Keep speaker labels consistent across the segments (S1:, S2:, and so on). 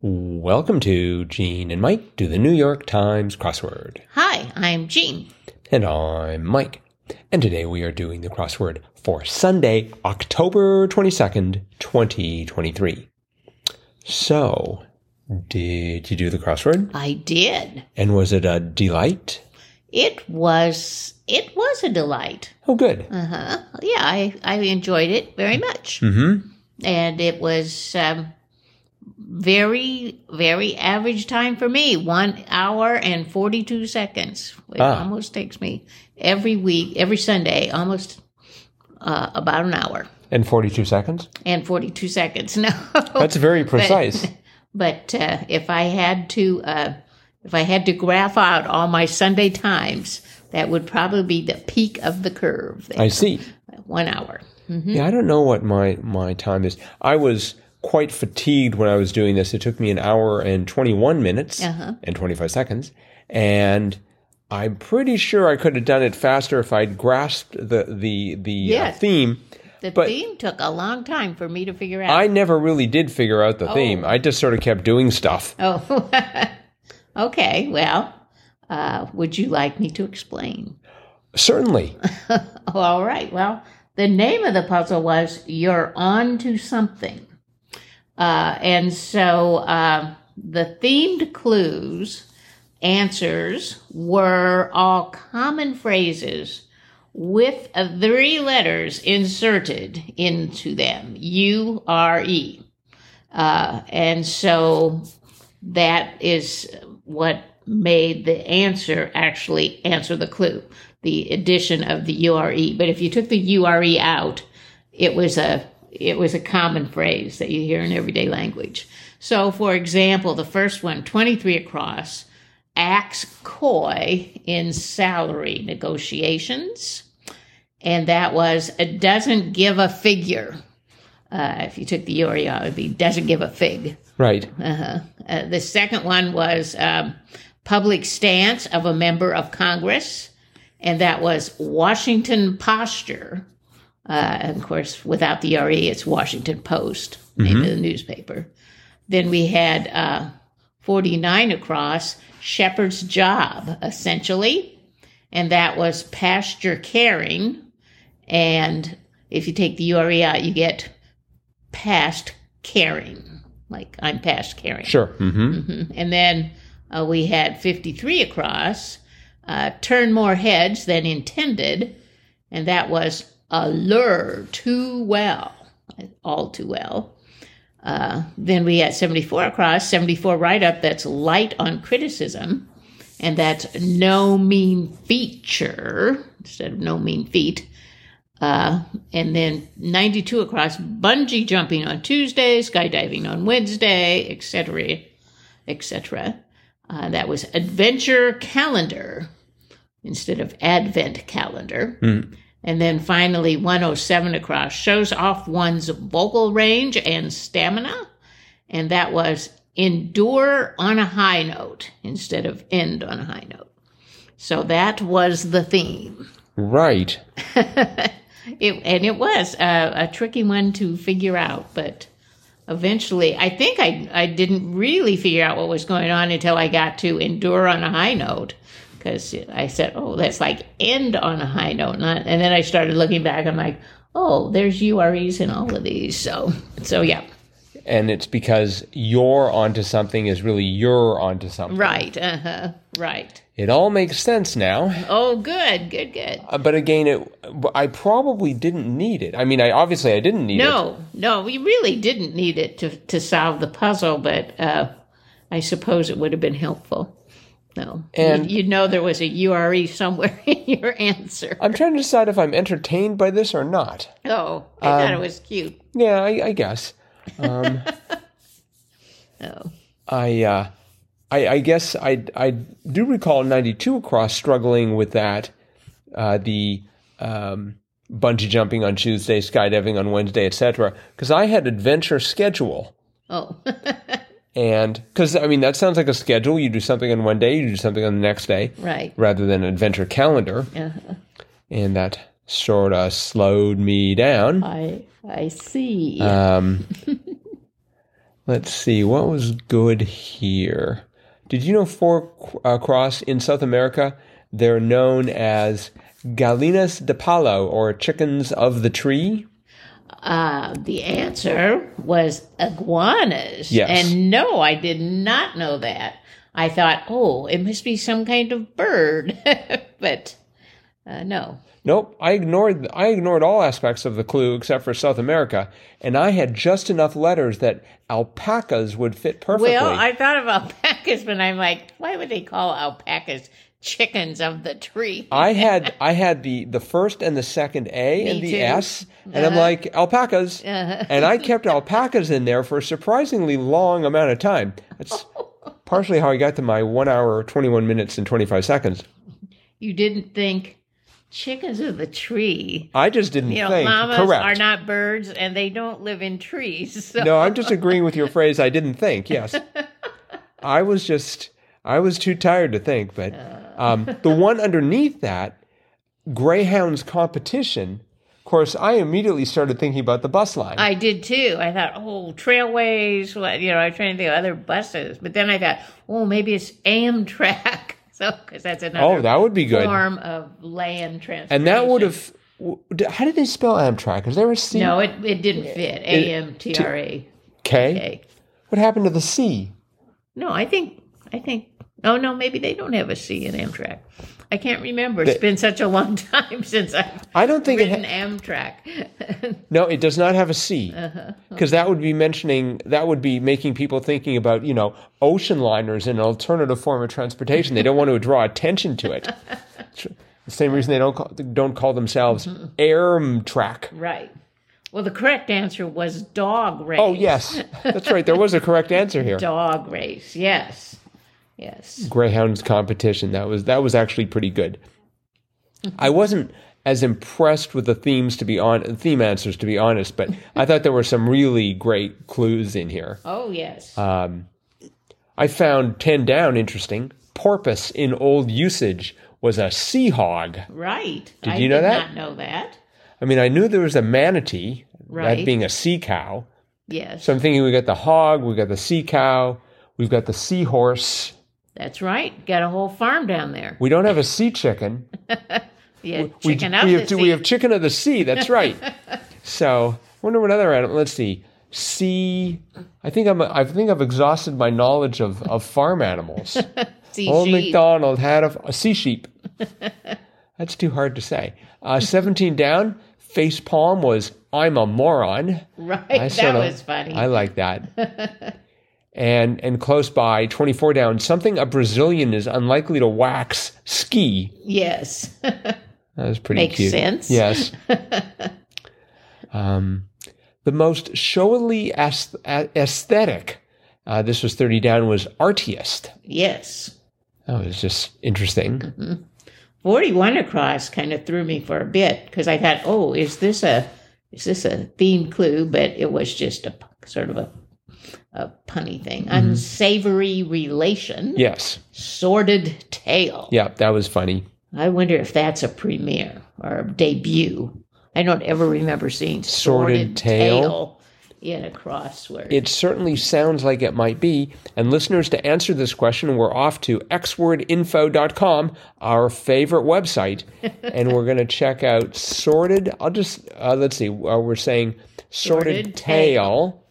S1: Welcome to Gene and Mike do the New York Times crossword.
S2: Hi, I'm Jean.
S1: And I'm Mike. And today we are doing the crossword for Sunday, October 22nd, 2023. So, did you do the crossword?
S2: I did.
S1: And was it a delight?
S2: It was it was a delight.
S1: Oh, good.
S2: Uh-huh. Yeah, I, I enjoyed it very much.
S1: Mm
S2: And it was um, very, very average time for me. One hour and forty two seconds. It
S1: Ah.
S2: almost takes me every week, every Sunday, almost uh, about an hour
S1: hmm. And 42 seconds?
S2: and forty two seconds. No.
S1: That's very precise.
S2: But uh, if I had to, uh, if I had to graph out all my Sunday times, that would probably be the peak of the curve.
S1: I see.
S2: One hour.
S1: Yeah, I
S2: Hmm.
S1: don't know what my my time is. I was quite fatigued when I was doing this. It took me an hour and 21 minutes
S2: Uh-huh.
S1: and 25 seconds, and I'm pretty sure I could have done it faster if I'd grasped the the the uh,
S2: Yes.
S1: theme.
S2: The
S1: But-
S2: theme took a long time for me to figure out.
S1: I never really did figure out the theme. I just sort of kept doing stuff.
S2: oh, okay. Well, uh, would you like me to explain?
S1: Certainly.
S2: Oh, all right. Well, the name of the puzzle was You're On to Something. Uh, and so uh, the themed clues answers were all common phrases with uh, three letters inserted into them U R E. Uh, and so that is what made the answer actually answer the clue the addition of the ure but if you took the ure out it was a it was a common phrase that you hear in everyday language so for example the first one 23 across acts coy in salary negotiations and that was it doesn't give a figure uh, if you took the ure out it would be doesn't give a fig
S1: Right.
S2: uh, the second one was um, public stance of a member of Congress, and that was Washington posture. Uh, and of course, without the RE, it's Washington Post, maybe the newspaper. Then we had uh, 49 across, Shepherd's Job, essentially, and that was pasture caring. And if you take the URE out, you get past caring, like I'm past caring.
S1: Sure. hmm
S2: And then uh, we had 53 across, uh, turn more heads than intended, and that was allure too well, all too well. Uh, then we had 74 across, 74 right up, that's light on criticism, and that's no mean feature instead of no mean feat. Uh, and then 92 across, bungee jumping on Tuesday, skydiving on Wednesday, etc., etc. Uh, that was adventure calendar instead of advent calendar. And then finally, 107 across shows off one's vocal range and stamina. And that was endure on a high note instead of end on a high note. So that was the theme.
S1: Right.
S2: It, and it was a, a tricky one to figure out, but eventually, I think I, I didn't really figure out what was going on until I got to endure on a high note. Because I said, oh, that's like end on a high note. Not, and then I started looking back. I'm like, oh, there's UREs in all of these. So, so yeah,
S1: And it's because you're onto something is really you're onto something.
S2: right. Uh huh. Right.
S1: It all makes sense now.
S2: Oh, good, good, good.
S1: Uh, but again, it, I probably didn't need it. I mean, I obviously I didn't need it.
S2: No, no, we really didn't need it to, to solve the puzzle, but uh, I suppose it would have been helpful. No,
S1: And-
S2: you, you know there was a URE somewhere in your answer.
S1: I'm trying to decide if I'm entertained by this or not.
S2: Oh, I
S1: um,
S2: thought it was cute.
S1: Yeah, I, I guess.
S2: Oh,
S1: I, uh, I, I guess I, I do recall '92 across struggling with that, uh, the um, bungee jumping on Tuesday, skydiving on Wednesday, etc. Because I had adventure schedule.
S2: oh,
S1: And because I mean that sounds like a schedule. You do something on one day, you do something on the next day,
S2: right.
S1: rather than adventure calendar.
S2: Uh-huh.
S1: and that sort of slowed me down.
S2: Uh, I I see.
S1: Um, Let's see, what was good here? Did you know four uh, cross in South America? They're known as Galinas de Palo or chickens of the tree.
S2: Uh, the answer was iguanas.
S1: Yes.
S2: And no, I did not know that. I thought, oh, it must be some kind of bird. but uh, no.
S1: Nope, I ignored I ignored all aspects of the clue except for South America, and I had just enough letters that alpacas would fit perfectly.
S2: Well, I thought of alpacas, but I'm like, why would they call alpacas chickens of the tree?
S1: I had I had the the first and the second A and the
S2: too. Uh-huh.
S1: S, and I'm like alpacas, and I kept alpacas in there for a surprisingly long amount of time. That's partially how I got to my one hour, twenty one minutes, and twenty five seconds.
S2: you didn't think chickens of the tree.
S1: I just didn't
S2: You know,
S1: think
S2: llamas
S1: correct.
S2: are not birds, and they don't live in trees. So.
S1: no, I'm just agreeing with your phrase. I didn't think. Yes, I was just I was too tired to think. But
S2: Uh.
S1: um, the one underneath that, Greyhounds competition. Of course, I immediately started thinking about the bus line.
S2: I did too. I thought, oh, trailways. What you know? I was trying to think of other buses, but then I thought, oh, maybe it's Amtrak. So because that's another
S1: Oh, that would be good.
S2: form of land
S1: And
S2: transportation.
S1: that would have. w- d- How did they spell Amtrak? Is there a C?
S2: no, it it didn't fit. A M T R A
S1: K?
S2: K.
S1: What happened to the C?
S2: No, I think I think. Oh no, maybe they don't have a C in Amtrak. I can't remember. It's been such a long time since I've
S1: I don't think it.
S2: written
S1: Ha-
S2: Amtrak.
S1: no, it does not have a C.
S2: Uh-huh.
S1: Because that would be mentioning. That would be making people thinking about you know ocean liners and an alternative form of transportation. They don't want to draw attention to it. Tr- The same reason they don't call, don't call themselves
S2: Mm-hmm.
S1: Amtrak.
S2: right. Well, the correct answer was dog race.
S1: Oh yes, that's right. There was a correct answer here.
S2: dog race. Yes. Yes.
S1: Greyhounds competition. That was that was actually pretty good. I wasn't as impressed with the themes to be on theme answers to be honest, but I thought there were some really great clues in here.
S2: Oh, yes.
S1: Uh, I found ten down interesting. Porpoise in old usage was a sea hog.
S2: right. I
S1: you know
S2: did
S1: that?
S2: not know that.
S1: I mean, I knew there was a manatee, that
S2: Right.
S1: being a sea cow.
S2: Yes.
S1: So I'm thinking we got the hog, we got the sea cow, we've got the seahorse.
S2: that's right. Got a whole farm down there.
S1: We don't have a sea chicken.
S2: Yeah,
S1: we,
S2: chicken
S1: we
S2: out
S1: have
S2: the
S1: to- we
S2: sea.
S1: have chicken of the sea. That's right. so wonder what other animal. Let's see. Sea. I think I'm. I think I've exhausted my knowledge of of farm animals.
S2: sea
S1: Old
S2: sheep.
S1: MacDonald had a, f- a sea sheep. That's too hard to say. Uh, Seventeen down. Face palm was I'm a moron.
S2: Right.
S1: I
S2: that
S1: sorta-
S2: was funny.
S1: I like that. and and close by, twenty four down. Something a Brazilian is unlikely to wax ski.
S2: yes.
S1: That was pretty
S2: Makes
S1: cute.
S2: sense.
S1: Yes. um, the most showily aes- a- aesthetic. Uh, this was thirty down. Was artiest.
S2: yes.
S1: That was just interesting.
S2: Mm-hmm. 41 across kind of threw me for a bit because I thought, oh, is this a is this a theme clue? But it was just a p- sort of a a punny thing.
S1: Mm-hmm.
S2: Unsavory relation,
S1: Yes.
S2: sordid tale.
S1: Yeah, that was funny.
S2: I wonder if that's a premiere or a debut. I don't ever remember seeing
S1: Sordid
S2: Sordid,
S1: Tale.
S2: Tale. in a crossword.
S1: It certainly sounds like it might be. And listeners, to answer this question, we're off to xwordinfo.com, our favorite website, and we're going to check out sorted. I'll just uh, let's see. Uh, we're saying sorted,
S2: Sorted
S1: tail,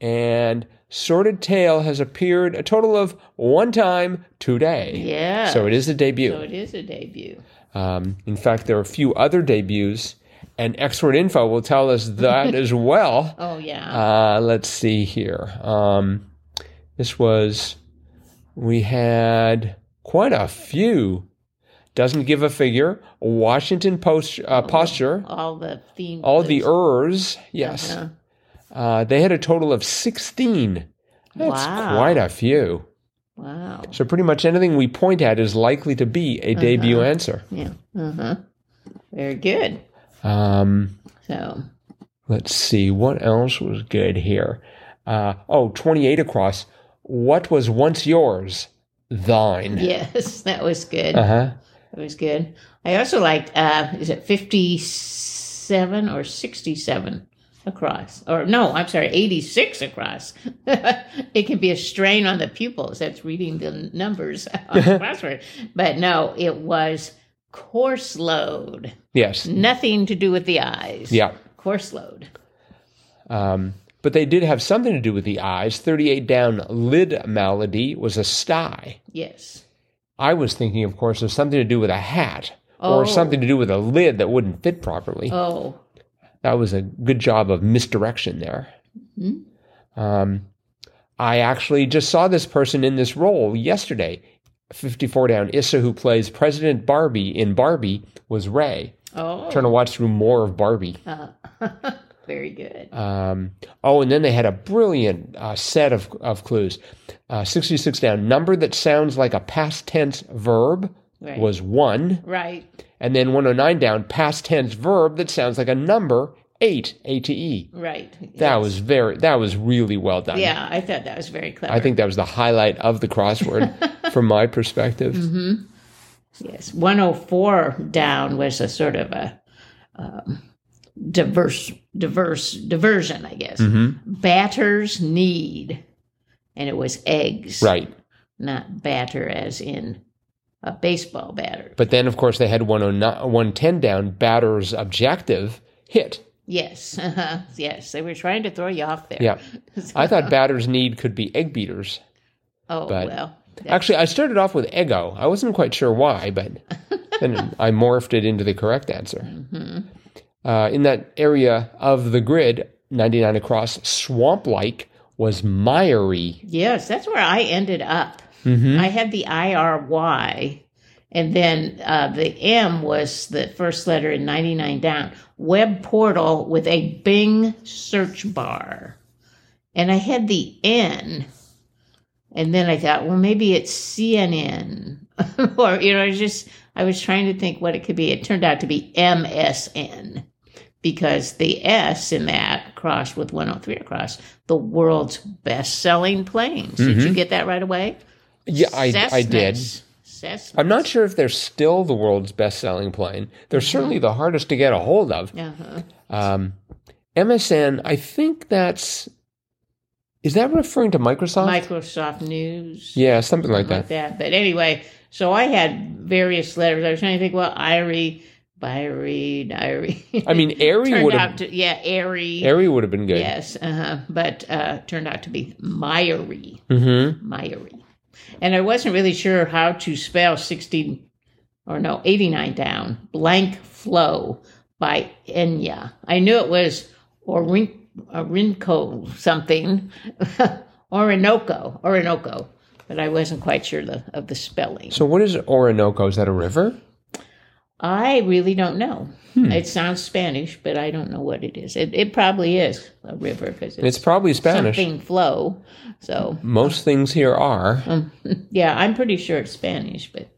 S1: and sorted tail has appeared a total of one time today.
S2: Yeah.
S1: So it is a debut.
S2: so it is a debut.
S1: Um, in fact, there are a few other debuts, and xword info will tell us that as well.
S2: Oh yeah.
S1: Uh, let's see here. Um, this was, we had quite a few. Doesn't give a figure. Washington Post uh, posture.
S2: all Uh-huh. the theme
S1: All the
S2: clues.
S1: ers. Yes. uh they had a total of sixteen. That's
S2: Wow.
S1: quite a few.
S2: Wow.
S1: So pretty much anything we point at is likely to be a debut answer.
S2: Yeah. Uh-huh. Very good.
S1: Um,
S2: So
S1: Let's see, what else was good here? Uh, oh, 28 across. What was once yours? Thine.
S2: yes, that was good.
S1: Uh huh.
S2: It was good. I also liked uh is it fifty seven or sixty seven across, or no, I'm sorry, 86 across. it can be a strain on the pupils. That's reading the numbers on the crossword. But no, it was course load,
S1: Yes.
S2: Mm. nothing to do with the eyes.
S1: Yeah.
S2: Course load.
S1: Um, but they did have something to do with the eyes. 38 down lid malady was a sty.
S2: Yes.
S1: I was thinking, of course, of something to do with a hat
S2: Oh.
S1: or something to do with a lid that wouldn't fit properly.
S2: Oh,
S1: That was a good job of misdirection there. Um, I actually just saw this person in this role yesterday. 54 down, Issa, who plays President Barbie in Barbie, was Ray.
S2: oh.
S1: Trying to watch through more of Barbie.
S2: Very good.
S1: Um, oh, and then they had a brilliant uh, set of, of clues. Uh, 66 down, number that sounds like a past tense verb
S2: Right.
S1: was one.
S2: Right.
S1: And then 109 down, past tense verb that sounds like a number, eight, E. A-T-E.
S2: Right.
S1: That was very, that was really well done.
S2: yeah, I thought that was very clever.
S1: I think that was the highlight of the crossword from my perspective.
S2: Yes, 104 down was a sort of a um, diverse, diverse diversion, I guess.
S1: Mm-hmm.
S2: Batters need, and it was eggs,
S1: Right.
S2: Not batter as in a baseball batter.
S1: But then, of course, they had 109, 110 down, batter's objective, hit.
S2: Yes, yes, they were trying to throw you off there.
S1: Yeah. I thought batter's need could be egg beaters.
S2: oh
S1: but-
S2: well.
S1: Actually, I started off with ego. I wasn't quite sure why, but then I morphed it into the correct answer. Uh, in that area of the grid, 99 across, swamp like was miry.
S2: Yes, that's where I ended up. I had the I R Y, and then uh, the M was the first letter in 99 down. Web portal with a Bing search bar. And I had the N, and then I thought, well, maybe it's CNN. or, you know, I was just, I was trying to think what it could be. It turned out to be MSN because the S in that crossed with 103 across the world's best selling planes. Did you get that right away?
S1: Mm-hmm. Yeah, I, I did.
S2: Cessnas. Cessnas.
S1: I'm not sure if they're still the world's best selling plane. They're
S2: Mm-hmm.
S1: certainly the hardest to get a hold of.
S2: Uh-huh.
S1: Um, MSN, I think that's. Is that referring to Microsoft?
S2: Microsoft News.
S1: yeah, something like
S2: Like
S1: that.
S2: that. But anyway, so I had various letters. I was trying to think, well, Irie, Byrie, Diary.
S1: I mean, Airy
S2: turned
S1: would
S2: out
S1: have
S2: to, yeah, Airy.
S1: Airy would have been good.
S2: Yes, uh-huh. but uh, turned out to be Myrie.
S1: hmm
S2: Myrie. And I wasn't really sure how to spell 60 or no, 89 down, Blank Flow by Enya. I knew it was Orin- Orinco something, Orinoco, Orinoco, but I wasn't quite sure the, of the spelling.
S1: So what is Orinoco? Is that a river?
S2: I really don't know. It sounds Spanish, but I don't know what it is. It, it probably is a river because it's,
S1: It's probably Spanish.
S2: something flow. So
S1: Most things here are.
S2: Mm. Yeah, I'm pretty sure it's Spanish, but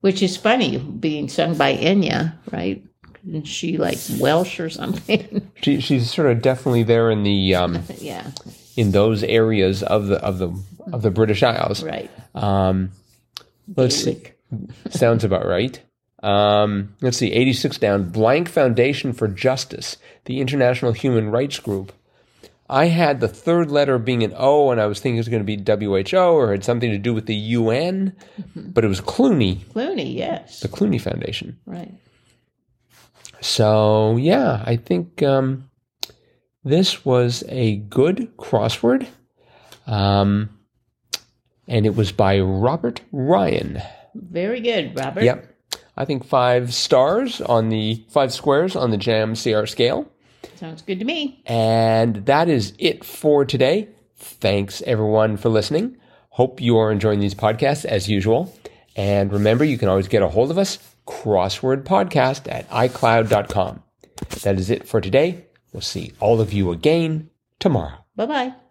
S2: which is funny being sung by Enya, right? Isn't she like Welsh or something?
S1: She, she's sort of definitely there in the um,
S2: yeah,
S1: in those areas of the of the of the British Isles.
S2: right.
S1: Um, let's see.
S2: Gaelic.
S1: Sounds about right. Um, let's see, 86 down. Blank Foundation for Justice, the international human rights group. I had the third letter being an O, and I was thinking it was going to be WHO or had something to do with the UN, but it was Clooney,
S2: Clooney, yes,
S1: the Clooney Foundation.
S2: right.
S1: So yeah, I think um, this was a good crossword, um, and it was by Robert Ryan.
S2: Very good, Robert.
S1: Yep. I think five stars on the five squares on the Jam CR scale.
S2: Sounds good to me.
S1: And that is it for today. Thanks everyone for listening. Hope you are enjoying these podcasts as usual. And remember, you can always get a hold of us, crossword podcast at iCloud.com. That is it for today. We'll see all of you again tomorrow.
S2: Bye bye.